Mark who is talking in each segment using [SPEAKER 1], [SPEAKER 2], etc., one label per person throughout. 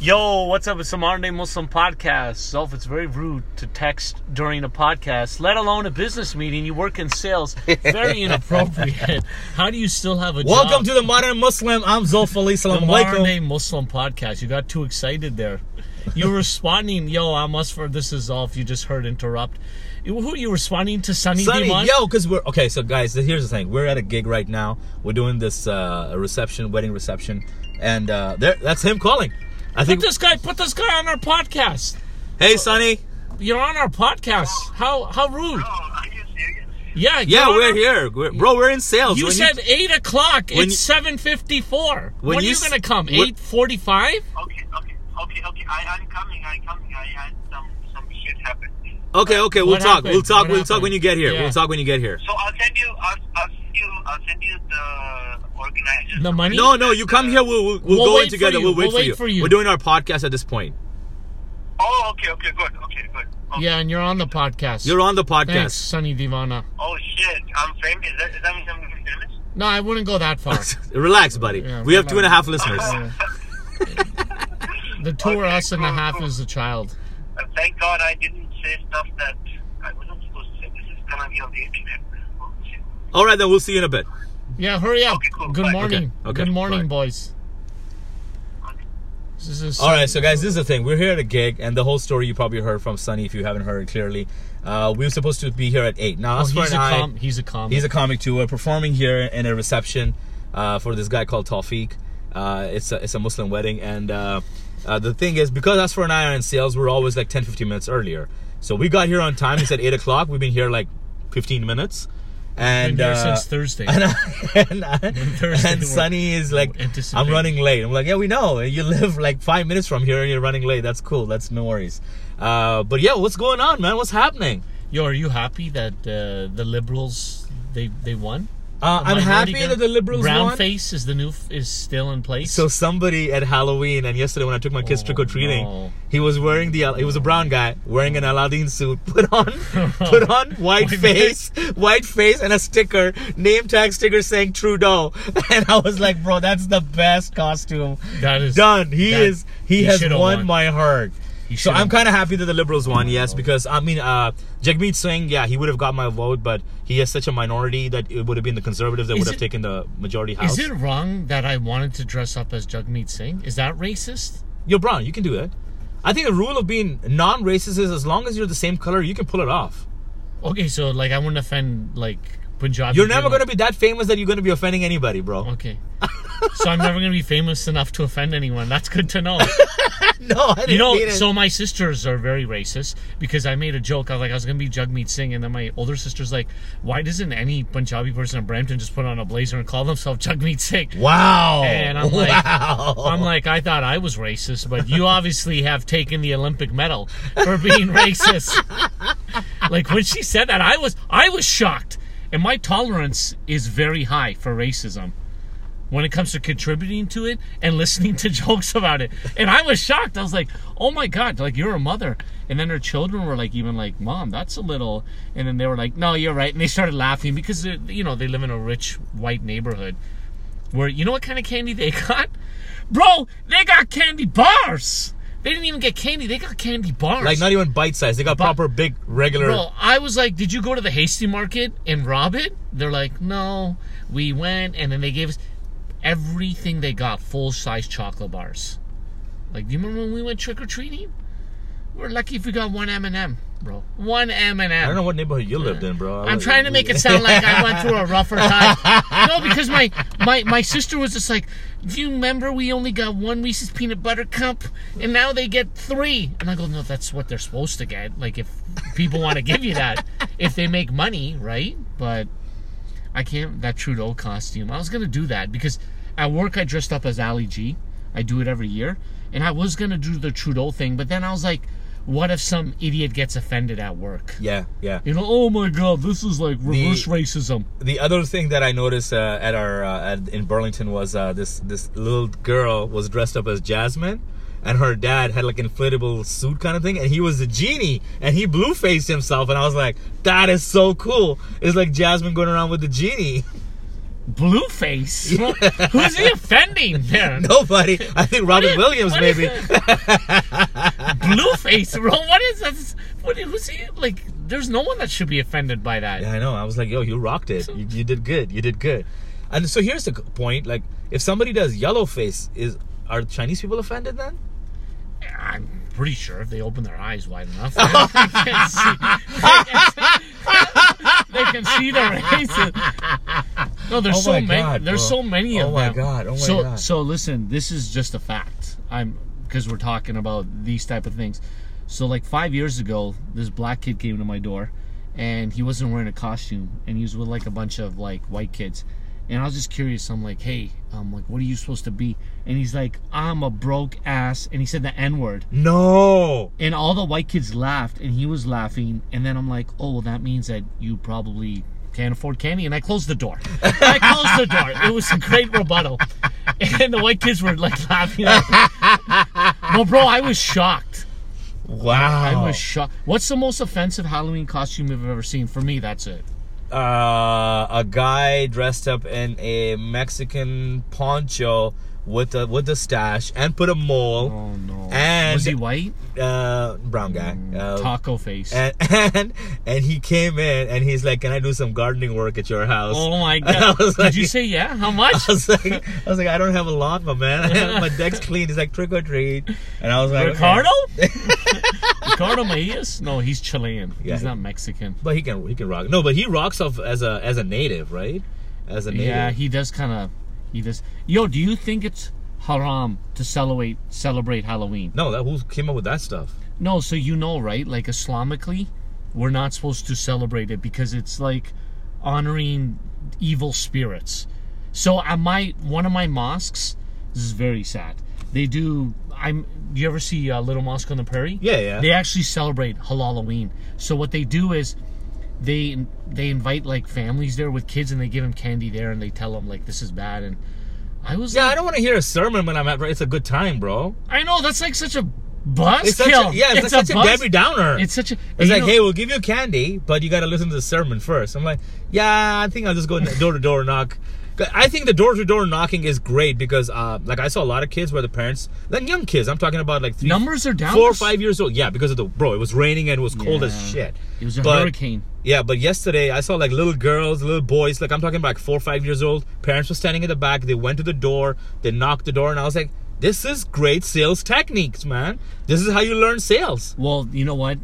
[SPEAKER 1] Yo, what's up? It's the Modern Day Muslim Podcast. Self, it's very rude to text during a podcast, let alone a business meeting. You work in sales. Very inappropriate. How do you still have a job?
[SPEAKER 2] Welcome to the Modern Muslim. I'm Zofali.
[SPEAKER 1] the
[SPEAKER 2] Salam
[SPEAKER 1] Modern
[SPEAKER 2] alaikum.
[SPEAKER 1] Day Muslim Podcast. You got too excited there. You're responding, yo, I'm Asfar, this is off. You just heard interrupt. You- Who are you responding to, Sunny
[SPEAKER 2] Sonny,
[SPEAKER 1] Diman?
[SPEAKER 2] yo, because we're okay. So guys, here's the thing: we're at a gig right now. We're doing this uh, reception, wedding reception, and uh, there, that's him calling. I
[SPEAKER 1] Put
[SPEAKER 2] think.
[SPEAKER 1] this guy, put this guy on our podcast.
[SPEAKER 2] Hey, Sonny.
[SPEAKER 1] You're on our podcast. How how rude.
[SPEAKER 3] Oh, are you serious?
[SPEAKER 1] Yeah, you're
[SPEAKER 2] Yeah,
[SPEAKER 1] on
[SPEAKER 2] we're
[SPEAKER 1] our-
[SPEAKER 2] here, We're- bro. We're in sales.
[SPEAKER 1] You
[SPEAKER 2] When
[SPEAKER 1] said eight o'clock.
[SPEAKER 2] when
[SPEAKER 1] It's seven fifty-four. When,
[SPEAKER 2] when
[SPEAKER 1] are
[SPEAKER 2] you
[SPEAKER 1] you
[SPEAKER 2] s-
[SPEAKER 1] gonna come?
[SPEAKER 2] when-
[SPEAKER 1] Eight forty-five?
[SPEAKER 3] Okay, okay, okay, okay. I, I'm coming. I'm coming. I had some some shit happen.
[SPEAKER 2] okay, okay, we'll
[SPEAKER 1] What
[SPEAKER 2] talk.
[SPEAKER 1] happened?
[SPEAKER 2] We'll talk.
[SPEAKER 1] What
[SPEAKER 2] we'll
[SPEAKER 1] happened?
[SPEAKER 2] talk when you get here.
[SPEAKER 1] Yeah.
[SPEAKER 2] We'll talk when you get here.
[SPEAKER 3] So I'll send you. I'll, I'll send you. I'll send you the organizer.
[SPEAKER 1] The money?
[SPEAKER 2] No, no, you come here. We'll we'll, we'll
[SPEAKER 1] We'll
[SPEAKER 2] go
[SPEAKER 1] wait
[SPEAKER 2] in
[SPEAKER 1] for
[SPEAKER 2] together.
[SPEAKER 1] you.
[SPEAKER 2] We'll wait,
[SPEAKER 1] We'll
[SPEAKER 2] for,
[SPEAKER 1] wait
[SPEAKER 2] you.
[SPEAKER 1] for you.
[SPEAKER 2] We're doing our podcast at this point.
[SPEAKER 3] Oh, okay, okay, good. Okay, good. Oh, Okay.
[SPEAKER 1] Yeah, and you're on the podcast.
[SPEAKER 2] You're on the
[SPEAKER 1] Thanks,
[SPEAKER 2] podcast.
[SPEAKER 1] Sunny Divana.
[SPEAKER 3] Oh shit, I'm famous. Is that, is that mean I'm gonna be famous?
[SPEAKER 1] No, I wouldn't go that far.
[SPEAKER 2] Relax, buddy.
[SPEAKER 1] Yeah,
[SPEAKER 2] we have two and a
[SPEAKER 1] relax.
[SPEAKER 2] half listeners.
[SPEAKER 1] Yeah. the two are
[SPEAKER 3] Okay,
[SPEAKER 1] us and a
[SPEAKER 3] cool,
[SPEAKER 1] half
[SPEAKER 3] cool.
[SPEAKER 1] is the child.
[SPEAKER 3] Uh, thank God I didn't say stuff that I wasn't supposed to say. This is gonna be on the internet. Oh, shit.
[SPEAKER 2] All right, then we'll see you in a bit.
[SPEAKER 1] Yeah, hurry up.
[SPEAKER 3] Okay, cool,
[SPEAKER 1] Good
[SPEAKER 3] bye.
[SPEAKER 1] morning.
[SPEAKER 2] Okay, okay,
[SPEAKER 1] Good morning,
[SPEAKER 2] bye.
[SPEAKER 1] boys. This is oh,
[SPEAKER 2] All right, so guys, this is the thing. We're here at a gig, and the whole story you probably heard from Sunny if you haven't heard it clearly. Uh, we were supposed to be here at eight. Now,
[SPEAKER 1] Oh,
[SPEAKER 2] as for
[SPEAKER 1] he's, a
[SPEAKER 2] an eye-
[SPEAKER 1] com- he's a comic.
[SPEAKER 2] he's a comic too. We're performing here in a reception uh, for this guy called Tawfiq. Uh, it's a it's a Muslim wedding, and uh, uh, the thing is, because us for an eye are in sales, we're always like 10, 15 minutes earlier. So we got here on time. It's at eight o'clock. We've been here like fifteen minutes, and
[SPEAKER 1] Been here
[SPEAKER 2] uh,
[SPEAKER 1] since Thursday.
[SPEAKER 2] and, I, and, I,
[SPEAKER 1] Thursday
[SPEAKER 2] and
[SPEAKER 1] we're
[SPEAKER 2] Sunny is like, I'm
[SPEAKER 1] anticipating.
[SPEAKER 2] running late. I'm like, yeah, we know. You live like five minutes from here and you're running late. That's cool. That's no worries. Uh, but yeah, what's going on, man? What's happening?
[SPEAKER 1] Yo, are you happy that uh, the liberals they they won?
[SPEAKER 2] Uh, I'm
[SPEAKER 1] Minority
[SPEAKER 2] happy
[SPEAKER 1] Gov-
[SPEAKER 2] that the liberals
[SPEAKER 1] brown
[SPEAKER 2] won.
[SPEAKER 1] face is the new f- is still in place.
[SPEAKER 2] So somebody at Halloween and yesterday when I took my kids
[SPEAKER 1] Oh,
[SPEAKER 2] trick or treating,
[SPEAKER 1] no.
[SPEAKER 2] he was wearing the he was a brown guy wearing an Aladdin suit, put on put on
[SPEAKER 1] White
[SPEAKER 2] white face, white face and a sticker, name tag sticker saying Trudeau, and I was like, bro, that's the best costume.
[SPEAKER 1] that is
[SPEAKER 2] done. He
[SPEAKER 1] that-
[SPEAKER 2] is. He,
[SPEAKER 1] he
[SPEAKER 2] has
[SPEAKER 1] should've
[SPEAKER 2] won,
[SPEAKER 1] won.
[SPEAKER 2] my heart.
[SPEAKER 1] He
[SPEAKER 2] So
[SPEAKER 1] should've
[SPEAKER 2] I'm kind of happy that the Liberals won, yes, because I mean, uh, Jagmeet Singh, yeah, he would have got my vote, but he has such a minority that it would have been the Conservatives that
[SPEAKER 1] Is
[SPEAKER 2] would have
[SPEAKER 1] it-
[SPEAKER 2] taken the majority house.
[SPEAKER 1] Is it wrong that I wanted to dress up as Jugmeet Singh? Is that racist?
[SPEAKER 2] You're brown, you can do it. I think the rule of being non-racist is as long as you're the same color, you can pull it off.
[SPEAKER 1] Okay, so like I wouldn't offend like Punjabi.
[SPEAKER 2] You're never
[SPEAKER 1] people.
[SPEAKER 2] gonna be that famous that you're gonna be offending anybody, bro.
[SPEAKER 1] Okay. so I'm never gonna be famous enough to offend anyone. That's good to know.
[SPEAKER 2] No, I didn't
[SPEAKER 1] You know,
[SPEAKER 2] mean it.
[SPEAKER 1] so my sisters are very racist because I made a joke. I was like, I was gonna be Jugmeet Singh, and then my older sister's like, why doesn't any Punjabi person in Brampton just put on a blazer and call themselves Jugmeet Singh?
[SPEAKER 2] Wow.
[SPEAKER 1] And I'm like-
[SPEAKER 2] wow.
[SPEAKER 1] I'm like, I thought I was racist, but you obviously have taken the Olympic medal for being racist. like when she said that, I was I was shocked. And my tolerance is very high for racism when it comes to contributing to it and listening to jokes about it. And I was shocked. I was like, "Oh my god, like you're a mother." And then her children were like even like, "Mom, that's a little." And then they were like, "No, you're right." And they started laughing because they're- you know, they live in a rich white neighborhood where you know what kind of candy they got? Bro, they got candy bars. They didn't even get candy. They got candy bars.
[SPEAKER 2] Like, not even bite size. They got proper big regular.
[SPEAKER 1] Bro, I was like, did you go to the Hasty Market and rob it? They're like, no, we went, and then they gave us everything they got full size chocolate bars. Like, do you remember when we went trick or treating? We're lucky if we got one M and M, bro. One M and m
[SPEAKER 2] I don't know what neighborhood you lived in, bro.
[SPEAKER 1] I'm trying to make it sound like I went through a rougher time. No, because my, my, my sister was just like, Do you remember we only got one Reese's peanut butter cup and now they get three? And I go, No, that's what they're supposed to get. Like, if people want to give you that, if they make money, right? But I can't, that Trudeau costume. I was going to do that because at work I dressed up as Ali G. I do it every year. And I was going to do the Trudeau thing, but then I was like, What if some idiot gets offended at work?
[SPEAKER 2] Yeah, yeah.
[SPEAKER 1] You know, oh my god, this is like reverse racism.
[SPEAKER 2] the other thing that I noticed uh, at our uh, at, in Burlington was uh, this this little girl was dressed up as Jasmine, and her dad had like inflatable suit kind of thing, and he was the genie, and he blue faced himself, and I was like, that is so cool. It's like Jasmine going around with the genie.
[SPEAKER 1] Blueface? Who's he offending there?
[SPEAKER 2] Nobody. I think Robin
[SPEAKER 1] is-
[SPEAKER 2] Williams,
[SPEAKER 1] what is
[SPEAKER 2] maybe.
[SPEAKER 1] Blueface, bro. What is this? What, who's he? Like, there's no one that should be offended by that.
[SPEAKER 2] Yeah, I know. I was like, yo, you rocked it. You, you did good. You did good. And so here's the g- point: like, if somebody does yellow face, is are Chinese people offended then?
[SPEAKER 1] I'm pretty sure if they open their eyes wide enough, they can see, they can see- they can see the races. No, there's
[SPEAKER 2] Oh
[SPEAKER 1] so
[SPEAKER 2] my
[SPEAKER 1] many.
[SPEAKER 2] God,
[SPEAKER 1] there's
[SPEAKER 2] bro.
[SPEAKER 1] so many of
[SPEAKER 2] Oh my
[SPEAKER 1] them.
[SPEAKER 2] God, oh my
[SPEAKER 1] so,
[SPEAKER 2] God.
[SPEAKER 1] So listen, this is just a fact. I'm because we're talking about these type of things. So like five years ago, this black kid came to my door, and he wasn't wearing a costume, and he was with like a bunch of like white kids. And I was just curious. I'm like, hey, I'm like, what are you supposed to be? And he's like, I'm a broke ass. And he said the N word.
[SPEAKER 2] No.
[SPEAKER 1] And all the white kids laughed, and he was laughing. And then I'm like, oh, well, that means that you probably can't afford candy. And I closed the door. I closed the door. It was a great rebuttal. And the white kids were like laughing. no, bro, I was shocked. I
[SPEAKER 2] Wow.
[SPEAKER 1] was shocked. What's the most offensive Halloween costume you've ever seen? For me, that's it.
[SPEAKER 2] uh, a guy dressed up in a Mexican poncho with a with a stash and put a mole
[SPEAKER 1] Oh no.
[SPEAKER 2] And-
[SPEAKER 1] was he white?
[SPEAKER 2] uh, brown guy.
[SPEAKER 1] Mm.
[SPEAKER 2] Uh,
[SPEAKER 1] Taco face.
[SPEAKER 2] and, and and he came in and he's like, "Can I do some gardening work at your house?"
[SPEAKER 1] oh my
[SPEAKER 2] I
[SPEAKER 1] god.
[SPEAKER 2] was
[SPEAKER 1] Did you
[SPEAKER 2] like-
[SPEAKER 1] say yeah? How much?
[SPEAKER 2] I was like, I was like, I don't have a lot, my man. my deck's clean. He's like trick or treat, and I was like, okay.
[SPEAKER 1] Ricardo? Ricardo Mejia? No, he's Chilean.
[SPEAKER 2] Yeah.
[SPEAKER 1] He's not Mexican.
[SPEAKER 2] But he can he can rock. No, but he rocks off as a as a native, right? As a native.
[SPEAKER 1] Yeah, he does kind of. He does. Yo, do you think it's haram to celebrate celebrate Halloween?
[SPEAKER 2] no, that who came up with that stuff?
[SPEAKER 1] No, so you know, right? Like Islamically, we're not supposed to celebrate it because it's like honoring evil spirits. So at my one of my mosques, this is very sad. They do. I'm. You ever see uh, Little Mosque on the Prairie?
[SPEAKER 2] Yeah, yeah.
[SPEAKER 1] They actually celebrate Halloween. So what they do is they they invite like families there with kids and they give them candy there and they tell them like this is bad and I was
[SPEAKER 2] Yeah,
[SPEAKER 1] like,
[SPEAKER 2] I don't want to hear a sermon when I'm at. It's a good time, bro.
[SPEAKER 1] I know that's like such a buzzkill.
[SPEAKER 2] It's such a, yeah, it's, like such a,
[SPEAKER 1] buzz-
[SPEAKER 2] Debbie Downer.
[SPEAKER 1] It's such a
[SPEAKER 2] It's
[SPEAKER 1] you
[SPEAKER 2] like,
[SPEAKER 1] know-
[SPEAKER 2] hey, we'll give you candy, but you gotta listen to the sermon first. I'm like, yeah, I think I'll just go door to door knock. 'Cause I think the door to door knocking is great because, uh, like, I saw a lot of kids where the parents, then young kids, I'm talking about like three,
[SPEAKER 1] numbers are down.
[SPEAKER 2] four, five years old. Yeah, because of the bro, it was raining and it was cold as
[SPEAKER 1] Yeah.
[SPEAKER 2] shit.
[SPEAKER 1] It was a
[SPEAKER 2] But-
[SPEAKER 1] hurricane.
[SPEAKER 2] Yeah, but yesterday I saw like little girls, little boys, like I'm talking about like four, five years old. Parents were standing in the back. They went to the door. They knocked the door, and I was like, "This is great sales techniques, man. This is how you learn sales."
[SPEAKER 1] Well, you know what?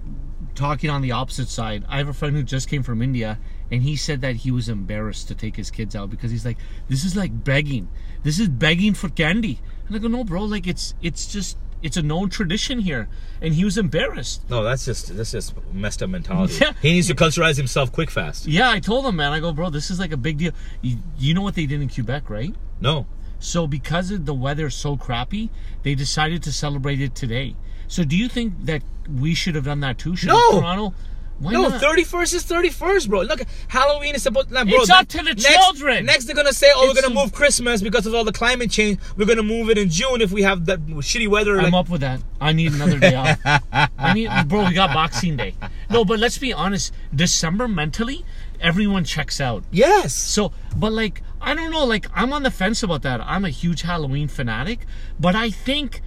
[SPEAKER 1] Talking on the opposite side, I have a friend who just came from India, and he said that he was embarrassed to take his kids out because he's like, "This is like begging. This is begging for candy." And I go, "No, bro. Like it's it's just it's a known tradition here." And he was embarrassed.
[SPEAKER 2] No, that's just that's just messed up mentality.
[SPEAKER 1] Yeah.
[SPEAKER 2] He needs to culturize himself quick, fast.
[SPEAKER 1] Yeah, I told him, man. I go, "Bro, this is like a big deal. You, you know what they did in Quebec, right?"
[SPEAKER 2] No,
[SPEAKER 1] So because of the weather is so crappy, they decided to celebrate it today. So do you think that we should have done that too? Should
[SPEAKER 2] No.
[SPEAKER 1] Toronto? Why
[SPEAKER 2] no.
[SPEAKER 1] not?
[SPEAKER 2] Thirty first is thirty first, bro. Look, Halloween is supposed. Nah, bro,
[SPEAKER 1] It's up to the
[SPEAKER 2] next,
[SPEAKER 1] children.
[SPEAKER 2] Next, they're gonna say, "Oh, we're
[SPEAKER 1] It's
[SPEAKER 2] gonna
[SPEAKER 1] a-
[SPEAKER 2] move Christmas because of all the climate change. We're gonna move it in June if we have that shitty weather."
[SPEAKER 1] I'm
[SPEAKER 2] like-
[SPEAKER 1] up with that. I need another day off. I need, bro. We got Boxing Day. No, but let's be honest. December mentally, everyone checks out.
[SPEAKER 2] Yes.
[SPEAKER 1] So, but like, I don't know. Like, I'm on the fence about that. I'm a huge Halloween fanatic, but I think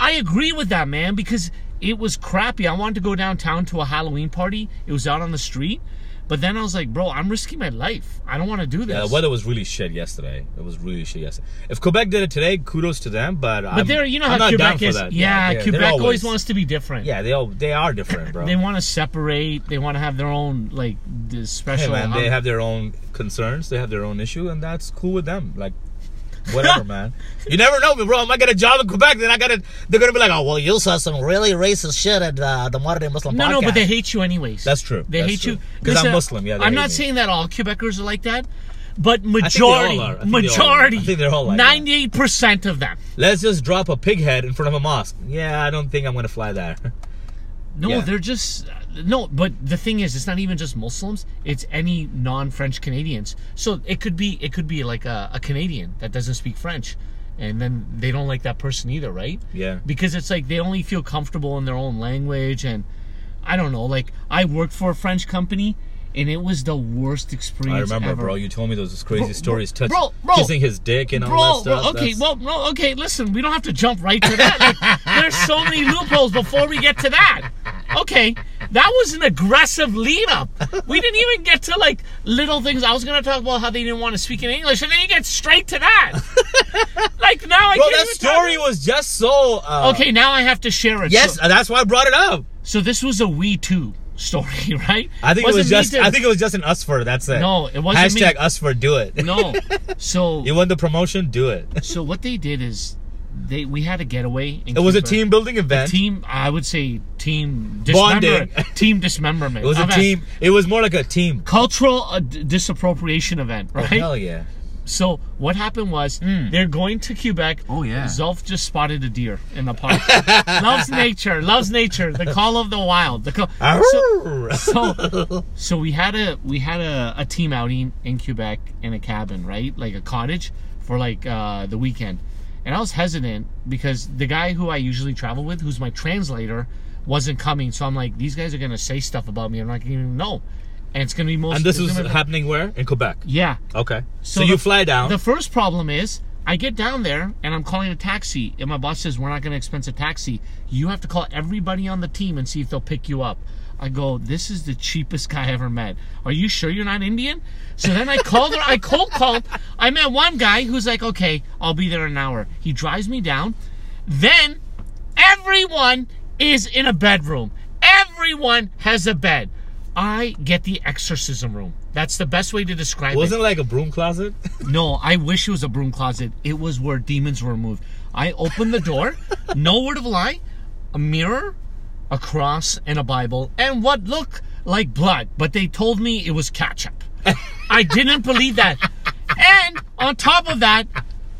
[SPEAKER 1] I agree with that man because it was crappy. I wanted to go downtown to a Halloween party. It was out on the street, but then I was like, bro, I'm risking my life. I don't want to do this.
[SPEAKER 2] Yeah, the Uh, weather was really shit yesterday. It was really shit yesterday. If Quebec did it today, kudos to them. But
[SPEAKER 1] but
[SPEAKER 2] I'm,
[SPEAKER 1] there, you know
[SPEAKER 2] I'm
[SPEAKER 1] how
[SPEAKER 2] not
[SPEAKER 1] Quebec
[SPEAKER 2] down for
[SPEAKER 1] is.
[SPEAKER 2] that.
[SPEAKER 1] Yeah,
[SPEAKER 2] they're- they're
[SPEAKER 1] Quebec always, wants to be different.
[SPEAKER 2] Yeah, they all they are different, bro.
[SPEAKER 1] They want to separate. They want to have their own like the
[SPEAKER 2] hey
[SPEAKER 1] special.
[SPEAKER 2] man, they have their own concerns. They have their own issue, and that's cool with them. Like. Whatever, man. You never know, bro. If I get a job in Quebec, then I gotta. They're gonna be like, "Oh, well, you saw some really racist shit at uh, the Modern Day Muslim
[SPEAKER 1] no,
[SPEAKER 2] podcast."
[SPEAKER 1] no, but they hate you anyways.
[SPEAKER 2] That's true.
[SPEAKER 1] They
[SPEAKER 2] That's
[SPEAKER 1] hate
[SPEAKER 2] true.
[SPEAKER 1] you
[SPEAKER 2] 'Cause I'm
[SPEAKER 1] Listen,
[SPEAKER 2] Muslim, yeah, they
[SPEAKER 1] I'm
[SPEAKER 2] hate
[SPEAKER 1] not
[SPEAKER 2] me.
[SPEAKER 1] saying that all Quebecers are like that, but
[SPEAKER 2] think they all
[SPEAKER 1] majority,
[SPEAKER 2] are. I think they all are. I
[SPEAKER 1] majority,
[SPEAKER 2] think they're all like that.
[SPEAKER 1] ninety-eight percent of them.
[SPEAKER 2] Let's just drop a pig head in front of a mosque. Yeah, I don't think I'm gonna fly there.
[SPEAKER 1] No,
[SPEAKER 2] Yeah.
[SPEAKER 1] they're just no. But the thing is, it's not even just Muslims. It's any non-French Canadians. So it could be it could be like a, a Canadian that doesn't speak French, and then they don't like that person either, right?
[SPEAKER 2] Yeah.
[SPEAKER 1] Because it's like they only feel comfortable in their own language, and I don't know. Like I worked for a French company, and it was the worst experience.
[SPEAKER 2] I remember,
[SPEAKER 1] ever.
[SPEAKER 2] bro. You told me those crazy stories, touch,
[SPEAKER 1] bro, bro.
[SPEAKER 2] kissing his dick and all that
[SPEAKER 1] Bro,
[SPEAKER 2] stuff.
[SPEAKER 1] bro, okay,
[SPEAKER 2] That's-
[SPEAKER 1] well, no, okay. Listen, we don't have to jump right to that. Like, there's so many loopholes before we get to that. Okay, that was an aggressive lead up. We didn't even get to like little things. I was gonna talk about how they didn't want to speak in English, and then you get straight to that. like now I
[SPEAKER 2] bro,
[SPEAKER 1] can't
[SPEAKER 2] that
[SPEAKER 1] even talk-
[SPEAKER 2] story was just so. Uh,
[SPEAKER 1] Okay, now I have to share it.
[SPEAKER 2] Yes, uh,
[SPEAKER 1] So,
[SPEAKER 2] that's why I brought it up.
[SPEAKER 1] so this was a we too story, right?
[SPEAKER 2] I think it
[SPEAKER 1] Wasn't
[SPEAKER 2] was
[SPEAKER 1] me
[SPEAKER 2] just.
[SPEAKER 1] to-
[SPEAKER 2] I think it was just an us for. That's it.
[SPEAKER 1] No, it wasn't me.
[SPEAKER 2] Hashtag us for. Do it.
[SPEAKER 1] no. So
[SPEAKER 2] You want the promotion? Do it.
[SPEAKER 1] so what they did is they we had a getaway. In
[SPEAKER 2] It was a
[SPEAKER 1] Cuba.
[SPEAKER 2] team building event.
[SPEAKER 1] team i would say team
[SPEAKER 2] Bonding.
[SPEAKER 1] dismemberment team dismemberment
[SPEAKER 2] It was a
[SPEAKER 1] I've had
[SPEAKER 2] team. It was more like a team.
[SPEAKER 1] cultural uh, d- disappropriation event right
[SPEAKER 2] Hell yeah.
[SPEAKER 1] so what happened was they're going to quebec
[SPEAKER 2] Oh, yeah.
[SPEAKER 1] zolf just spotted a deer in the park loves nature loves nature the call of the wild the call
[SPEAKER 2] Arr!
[SPEAKER 1] so so we had a we had a, a team outing in Quebec in a cabin, right? Like a cottage for like uh, the weekend. And I was hesitant because the guy who I usually travel with, who's my translator, wasn't coming. So I'm like, these guys are gonna say stuff about me. I'm not gonna even know, and it's gonna be most.
[SPEAKER 2] and this
[SPEAKER 1] it's
[SPEAKER 2] was
[SPEAKER 1] gonna be-
[SPEAKER 2] happening where in Quebec.
[SPEAKER 1] yeah.
[SPEAKER 2] Okay. So,
[SPEAKER 1] So
[SPEAKER 2] you
[SPEAKER 1] the-
[SPEAKER 2] fly down.
[SPEAKER 1] The first problem is I get down there and I'm calling a taxi, and my boss says we're not going to expense a taxi. You have to call everybody on the team and see if they'll pick you up. I go, this is the cheapest guy I ever met. Are you sure you're not Indian? So then I called her. I cold called. I met one guy who's like, okay, I'll be there in an hour. He drives me down. Then everyone is in a bedroom. Everyone has a bed. I get the exorcism room. That's the best way to describe it.
[SPEAKER 2] Wasn't it like a broom closet.
[SPEAKER 1] No, I wish it was a broom closet. It was where demons were removed. I opened the door, no word of lie, a mirror, a cross, and a Bible, and what looked like blood. But they told me it was ketchup. I didn't believe that. And on top of that,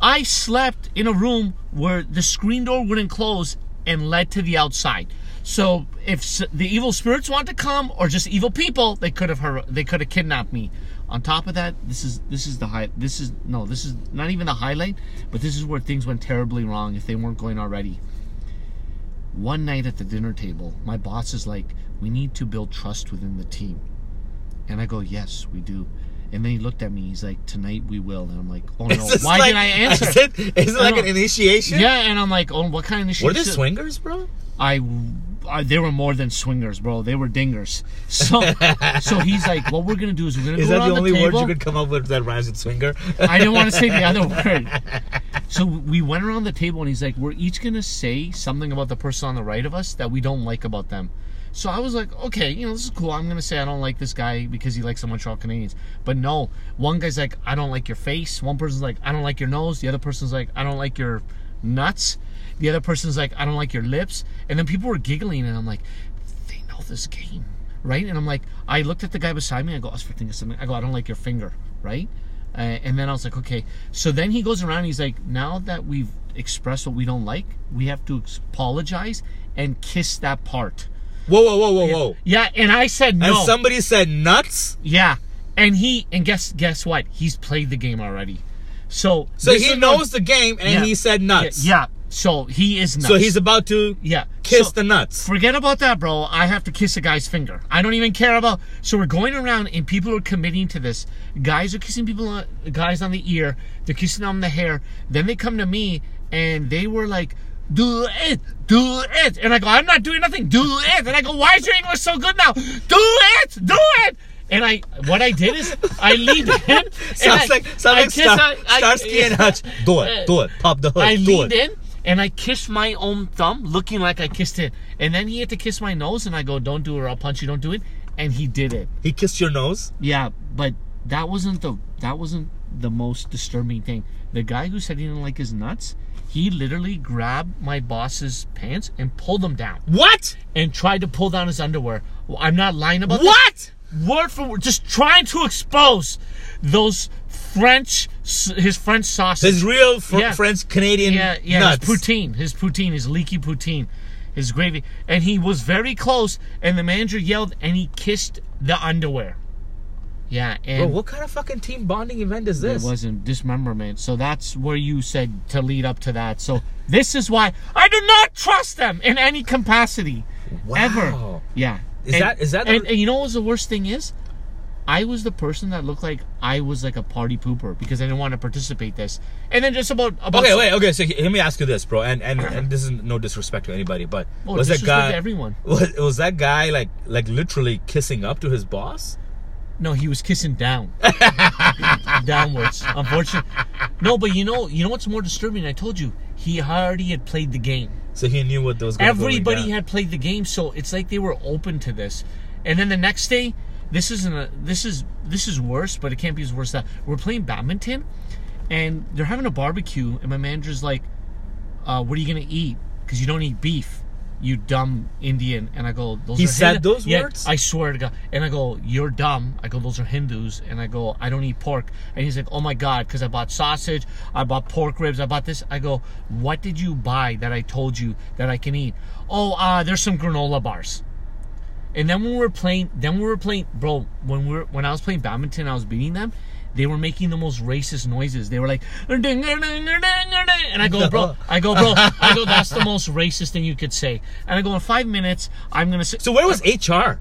[SPEAKER 1] I slept in a room where the screen door wouldn't close and led to the outside. So if s- the evil spirits wanted to come, or just evil people, they could have har- they could have kidnapped me. On top of that, this is this is the high. This is no, this is not even the highlight, but this is where things went terribly wrong if they weren't going already. One night at the dinner table, my boss is like, "We need to build trust within the team." And I go, yes, we do. And then he looked at me. He's like, tonight we will. And I'm like, oh no,
[SPEAKER 2] It's just
[SPEAKER 1] why
[SPEAKER 2] like-
[SPEAKER 1] did I answer?
[SPEAKER 2] I said, is
[SPEAKER 1] I
[SPEAKER 2] it like
[SPEAKER 1] know.
[SPEAKER 2] an initiation?
[SPEAKER 1] yeah, and I'm like, oh, what kind of shit?
[SPEAKER 2] Were they swingers, bro?
[SPEAKER 1] I, I, they were more than swingers, bro. They were dingers. So, so he's like, what we're gonna do is we're gonna
[SPEAKER 2] Is
[SPEAKER 1] go
[SPEAKER 2] that
[SPEAKER 1] around
[SPEAKER 2] the only
[SPEAKER 1] table.
[SPEAKER 2] word you could come up with that rhymes with swinger?
[SPEAKER 1] I didn't want to say the other word. So we went around the table and he's like, We're each gonna say something about the person on the right of us that we don't like about them. So I was like, okay, you know, this is cool. I'm gonna say I don't like this guy because he likes the Montreal Canadiens. But no, one guy's like, I don't like your face. One person's like, I don't like your nose. The other person's like, I don't like your nuts. The other person's like, I don't like your lips. And then people were giggling, and I'm like, they know this game, right? And I'm like, I looked at the guy beside me. I go, I was thinking of something. I go, I don't like your finger, right? Uh, and then I was like, okay. So then he goes around. He's like, now that we've expressed what we don't like, we have to ex- apologize and kiss that part.
[SPEAKER 2] Whoa, whoa, whoa, whoa, whoa!
[SPEAKER 1] Yeah, and I said
[SPEAKER 2] And
[SPEAKER 1] no.
[SPEAKER 2] somebody said nuts.
[SPEAKER 1] yeah, and he and guess guess what? He's played the game already. So
[SPEAKER 2] So
[SPEAKER 1] this
[SPEAKER 2] he
[SPEAKER 1] is
[SPEAKER 2] knows the game, and
[SPEAKER 1] Yeah.
[SPEAKER 2] he said
[SPEAKER 1] what,
[SPEAKER 2] nuts.
[SPEAKER 1] yeah. So he is nuts.
[SPEAKER 2] So he's about to
[SPEAKER 1] yeah.
[SPEAKER 2] kiss
[SPEAKER 1] So-
[SPEAKER 2] the nuts.
[SPEAKER 1] Forget about that, bro. I have to kiss a guy's finger. I don't even care about. So we're going around and people are committing to this. Guys are kissing people, on, guys on the ear. They're kissing on the hair. Then they come to me and they were like, "Do it, do it," and I go, "I'm not doing nothing. Do it." And I go, "Why is your English so good now? Do it, do it." And I, what I did is, I leaned in.
[SPEAKER 2] Sounds
[SPEAKER 1] and I,
[SPEAKER 2] like sounds
[SPEAKER 1] I
[SPEAKER 2] like
[SPEAKER 1] kiss
[SPEAKER 2] Star,
[SPEAKER 1] on- I-
[SPEAKER 2] Starsky and Hutch. Do it, do it. Pop the hood.
[SPEAKER 1] I
[SPEAKER 2] do
[SPEAKER 1] leaned
[SPEAKER 2] it.
[SPEAKER 1] in and I kissed my own thumb, looking like I kissed it. And then he had to kiss my nose, and I go, "Don't do it, or I'll punch you. Don't do it." And he did it.
[SPEAKER 2] He kissed your nose.
[SPEAKER 1] Yeah, but that wasn't the that wasn't the most disturbing thing. The guy who said he didn't like his nuts, he literally grabbed my boss's pants and pulled them down,
[SPEAKER 2] What?
[SPEAKER 1] and tried to pull down his underwear. Well, I'm not lying about this
[SPEAKER 2] What?
[SPEAKER 1] word for word, just trying to expose those French his French sausage.
[SPEAKER 2] His real fr-
[SPEAKER 1] Yeah.
[SPEAKER 2] French Canadian
[SPEAKER 1] Yeah, yeah,
[SPEAKER 2] nuts.
[SPEAKER 1] his poutine, his poutine, his leaky poutine, his gravy, and he was very close. And the manager yelled, and he kissed the underwear. Yeah,
[SPEAKER 2] Bro,
[SPEAKER 1] and
[SPEAKER 2] what kind of fucking team bonding event is
[SPEAKER 1] it
[SPEAKER 2] this?
[SPEAKER 1] wasn't dismemberment. So that's where you said to lead up to that. So this is why I do not trust them in any capacity, ever.
[SPEAKER 2] Wow.
[SPEAKER 1] Yeah.
[SPEAKER 2] Is that- is that the-
[SPEAKER 1] and, and you know what was the worst thing is? I was the person that looked like I was like a party pooper because I didn't want to participate this. And then just about about
[SPEAKER 2] Okay, wait. Okay, so he- let me ask you this, bro. And and, and this is no disrespect to anybody, but
[SPEAKER 1] Oh,
[SPEAKER 2] was that
[SPEAKER 1] disrespect
[SPEAKER 2] guy
[SPEAKER 1] to everyone.
[SPEAKER 2] Was, was that guy like like literally kissing up to his boss?
[SPEAKER 1] No, he was kissing down, downwards. Unfortunately, no. But you know, you know what's more disturbing? I told you he already had played the game.
[SPEAKER 2] So he knew what those guys
[SPEAKER 1] Everybody had played the game, so it's like they were open to this. And then the next day, this isn't a this is this is worse, but it can't be as worse that we're playing badminton, and they're having a barbecue, and my manager's like, uh, "What are you gonna eat? Because you don't eat beef." You dumb Indian, and I go. Those
[SPEAKER 2] He
[SPEAKER 1] are
[SPEAKER 2] said
[SPEAKER 1] Hindu-"
[SPEAKER 2] those
[SPEAKER 1] Yeah,
[SPEAKER 2] words?
[SPEAKER 1] I swear to God. And I go, you're dumb. I go, those are Hindus. And I go, I don't eat pork. And he's like, oh my God, because I bought sausage, I bought pork ribs, I bought this. I go, what did you buy that I told you that I can eat? Oh, uh, there's some granola bars. And then when we were playing, then we were playing, bro. When we were, when I was playing badminton, I was beating them. They were making the most racist noises. They were like, "Ding, ding, ding, ding, ding," and I go, bro, I go, bro, I go. That's the most racist thing you could say. And I go, in five minutes, I'm gonna say.
[SPEAKER 2] So where was HR?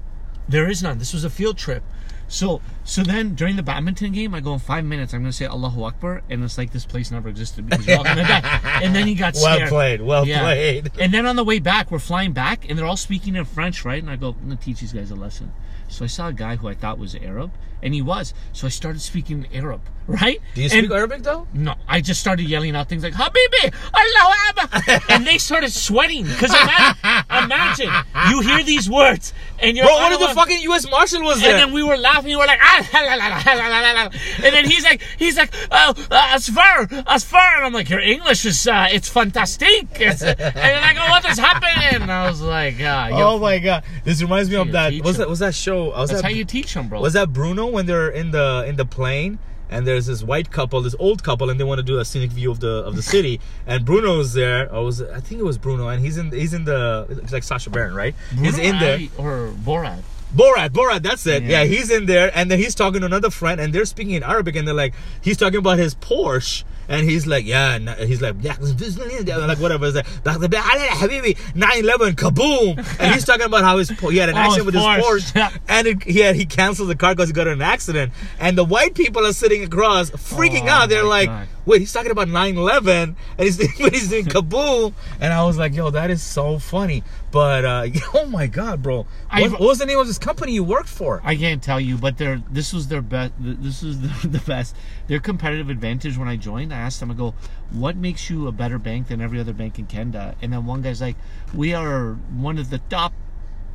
[SPEAKER 1] There is none. This was a field trip. So so then during the badminton game, I go in five minutes. I'm gonna say Allahu Akbar, and it's like this place never existed because you're all gonna die. And then he got
[SPEAKER 2] Well
[SPEAKER 1] scared.
[SPEAKER 2] played, well played.
[SPEAKER 1] And then on the way back, we're flying back, and they're all speaking in French, right? And I go, I'm gonna teach these guys a lesson. So I saw a guy who I thought was Arab, and he was. So I started speaking Arab, right?
[SPEAKER 2] Do you
[SPEAKER 1] And-
[SPEAKER 2] speak Arabic though?
[SPEAKER 1] no, I just started yelling out things like "Habibi, Allahu Akbar," and they started sweating because imagine, imagine you hear these words and you're
[SPEAKER 2] Bro, what if
[SPEAKER 1] "Allahu
[SPEAKER 2] the fucking U.S. Marshal was
[SPEAKER 1] and
[SPEAKER 2] there?
[SPEAKER 1] then we were laughing. We were like, ah, la, la, la, la, la, la, la, la." and then he's like, he's like, oh, uh, as far, as far, and I'm like, your English is, uh, it's fantastic. It's, and then I go, what is happening? And I was like, ah, yo,
[SPEAKER 2] oh my god, this reminds me of
[SPEAKER 1] Your
[SPEAKER 2] that.
[SPEAKER 1] teacher.
[SPEAKER 2] Was that was that show? Was
[SPEAKER 1] that's
[SPEAKER 2] that
[SPEAKER 1] how you teach them, bro.
[SPEAKER 2] was that Bruno when they're in the in the plane? And there's this white couple, this old couple, and they want to do a scenic view of the of the city. And Bruno's there. I was, I think it was Bruno, and he's in he's in the it's like Sasha Baron, right? he's in there.
[SPEAKER 1] Bruno Ali or Borat.
[SPEAKER 2] Borat, Borat, that's it. Yeah.
[SPEAKER 1] Yeah.
[SPEAKER 2] he's in there, and then he's talking to another friend, and they're speaking in Arabic, and they're like, he's talking about his Porsche, and he's like, yeah, and he's like, yeah, like whatever, it's like, 911, kaboom, and he's talking about how his po- he had an
[SPEAKER 1] Oh,
[SPEAKER 2] accident with his
[SPEAKER 1] Porsche. Yeah.
[SPEAKER 2] Porsche, and it, he had, he canceled the car because he got in an accident, and the white people are sitting across freaking
[SPEAKER 1] Oh,
[SPEAKER 2] out. They're
[SPEAKER 1] my
[SPEAKER 2] like,
[SPEAKER 1] God.
[SPEAKER 2] wait, he's talking about 911, and he's but he's doing kaboom, and I was like, yo, that is so funny, but uh, oh my god, bro,
[SPEAKER 1] I've-
[SPEAKER 2] what, what was the name of this company you worked for?
[SPEAKER 1] I can't tell you, but they're this was their best. This was the, the best. Their competitive advantage when I joined, I asked them, I go, "What makes you a better bank than every other bank in Canada?" And then one guy's like, "We are one of the top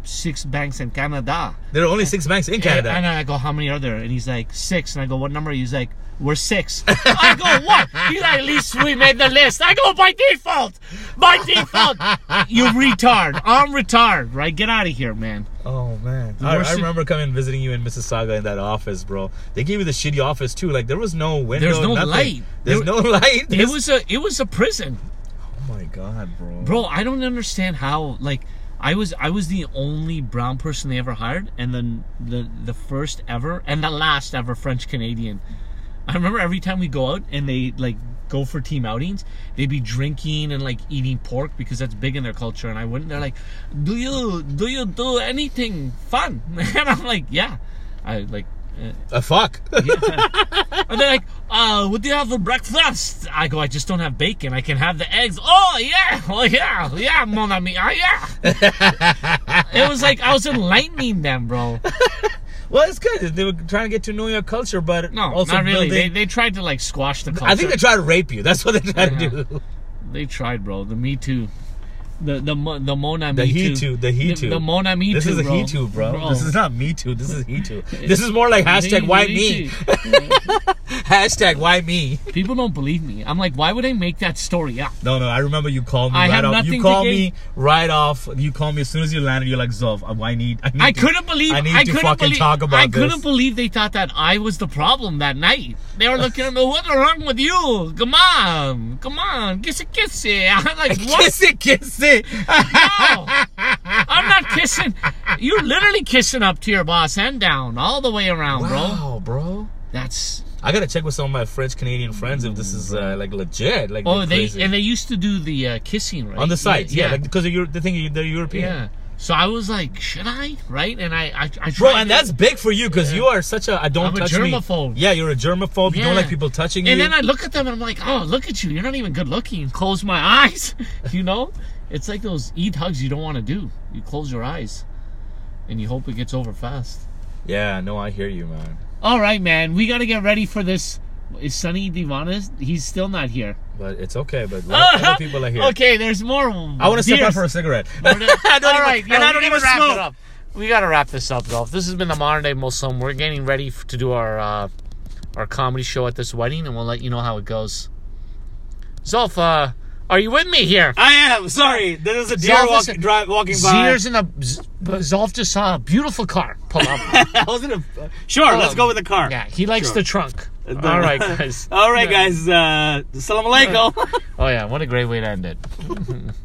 [SPEAKER 1] six banks in Canada."
[SPEAKER 2] there are only six banks in Canada.
[SPEAKER 1] And I go, "How many are there?" And he's like, six. And I go, "What number?" He's like, "We're six. I go, "What?" He's like, "At least we made the list." I go, "By default, by default, you retard. I'm retard, right? Get out of here, man."
[SPEAKER 2] oh man, I,
[SPEAKER 1] worst
[SPEAKER 2] I
[SPEAKER 1] is-
[SPEAKER 2] remember coming and visiting you in Mississauga in that office, bro. They gave you the shitty office too. Like there was no window.
[SPEAKER 1] There's no
[SPEAKER 2] nothing.
[SPEAKER 1] light.
[SPEAKER 2] There's
[SPEAKER 1] There-
[SPEAKER 2] no light.
[SPEAKER 1] It was a it was a prison.
[SPEAKER 2] Oh my god, bro.
[SPEAKER 1] bro i don't understand how like i was i was the only brown person they ever hired and then the the first ever and the last ever french canadian i remember every time we go out and they like go for team outings they'd be drinking and like eating pork because that's big in their culture and i wouldn't they're like do you do you do anything fun and i'm like yeah i like uh,
[SPEAKER 2] Uh, fuck.
[SPEAKER 1] and they're like, uh, what do you have for breakfast? I go, I just don't have bacon. I can have the eggs. Oh, yeah. Oh, yeah. Yeah, mon ami. Ah, yeah. it was like I was enlightening them, bro.
[SPEAKER 2] well, it's good. They were trying to get to know your culture, but
[SPEAKER 1] No,
[SPEAKER 2] also
[SPEAKER 1] not really. They,
[SPEAKER 2] building-
[SPEAKER 1] they tried to, like, squash the culture.
[SPEAKER 2] I think they tried to rape you. That's what they tried to
[SPEAKER 1] Yeah.
[SPEAKER 2] do.
[SPEAKER 1] They tried, bro. The Me Too. The the Mo- the Mona
[SPEAKER 2] The
[SPEAKER 1] Me
[SPEAKER 2] he too.
[SPEAKER 1] Too.
[SPEAKER 2] The he
[SPEAKER 1] The-
[SPEAKER 2] too.
[SPEAKER 1] The Mona Me
[SPEAKER 2] This
[SPEAKER 1] Too.
[SPEAKER 2] is a
[SPEAKER 1] bro.
[SPEAKER 2] he too, bro. This is not me too. This is he too. This is more like hashtag
[SPEAKER 1] Me-
[SPEAKER 2] why
[SPEAKER 1] Me
[SPEAKER 2] me.
[SPEAKER 1] Too.
[SPEAKER 2] hashtag why me.
[SPEAKER 1] People don't believe me. I'm like, why would I make that story up?
[SPEAKER 2] No, no, I remember you called me
[SPEAKER 1] I
[SPEAKER 2] right
[SPEAKER 1] have
[SPEAKER 2] off.
[SPEAKER 1] nothing
[SPEAKER 2] You
[SPEAKER 1] to
[SPEAKER 2] called
[SPEAKER 1] gain.
[SPEAKER 2] me right off. You called me as soon as you landed. You're like, Zov, I I need. I, need
[SPEAKER 1] I
[SPEAKER 2] to-
[SPEAKER 1] couldn't believe
[SPEAKER 2] I
[SPEAKER 1] I,
[SPEAKER 2] need to
[SPEAKER 1] couldn't
[SPEAKER 2] fucking
[SPEAKER 1] believe,
[SPEAKER 2] talk about
[SPEAKER 1] I
[SPEAKER 2] this.
[SPEAKER 1] couldn't believe they thought that I was the problem that night. They were looking at me, what's wrong with you? Come on, come on, kissy kissy. I'm like, what?
[SPEAKER 2] Kiss it, kiss it.
[SPEAKER 1] No. I'm not kissing. You're literally kissing up to your boss and down, all the way around, bro.
[SPEAKER 2] Wow, bro.
[SPEAKER 1] That's
[SPEAKER 2] I gotta check with some of my French Canadian friends if this is uh, like legit. Like,
[SPEAKER 1] oh
[SPEAKER 2] they're
[SPEAKER 1] they
[SPEAKER 2] crazy.
[SPEAKER 1] and they used to do the uh, kissing right
[SPEAKER 2] on the sides, yeah,
[SPEAKER 1] yeah.
[SPEAKER 2] like because of Euro- the thing they're European.
[SPEAKER 1] yeah. So I was like, should I? Right? And I, I, I tried
[SPEAKER 2] Bro, and
[SPEAKER 1] to-
[SPEAKER 2] that's big for you because you are such a I don't
[SPEAKER 1] I'm a
[SPEAKER 2] touch me.
[SPEAKER 1] germaphobe.
[SPEAKER 2] Yeah, you're a germaphobe. You don't
[SPEAKER 1] Yeah.
[SPEAKER 2] like people touching
[SPEAKER 1] And
[SPEAKER 2] you.
[SPEAKER 1] then I look at them and I'm like, oh, look at you. You're not even good looking. Close my eyes. you know? It's like those eat hugs you don't want to do. You close your eyes and you hope it gets over fast.
[SPEAKER 2] yeah, no, I hear you, man.
[SPEAKER 1] All right, man. We got to get ready for this. Is Sonny Divanas? He's still not here.
[SPEAKER 2] But it's okay. But other other people are here.
[SPEAKER 1] Okay, there's more.
[SPEAKER 2] I want to step out for a cigarette.
[SPEAKER 1] All right,
[SPEAKER 2] don't even-
[SPEAKER 1] yeah,
[SPEAKER 2] and I
[SPEAKER 1] we
[SPEAKER 2] don't
[SPEAKER 1] gotta
[SPEAKER 2] even
[SPEAKER 1] wrap
[SPEAKER 2] smoke.
[SPEAKER 1] It up. We gotta wrap this up, Dolph. This has been the modern day Muslim. We're getting ready f- to do our uh, our comedy show at this wedding, and we'll let you know how it goes. Zolf, uh, are you with me here?
[SPEAKER 2] I am sorry. There was a deer
[SPEAKER 1] Zolf,
[SPEAKER 2] walk,
[SPEAKER 1] listen.
[SPEAKER 2] drive, walking by.
[SPEAKER 1] Sears and a Z- Zolf just saw a beautiful car pull up.
[SPEAKER 2] I was in a. Sure, let's go with the car.
[SPEAKER 1] Oh. yeah, he likes
[SPEAKER 2] Sure.
[SPEAKER 1] the trunk. All right, guys.
[SPEAKER 2] All right, guys. Uh, Salam alaikum.
[SPEAKER 1] Oh yeah, what a great way to end it.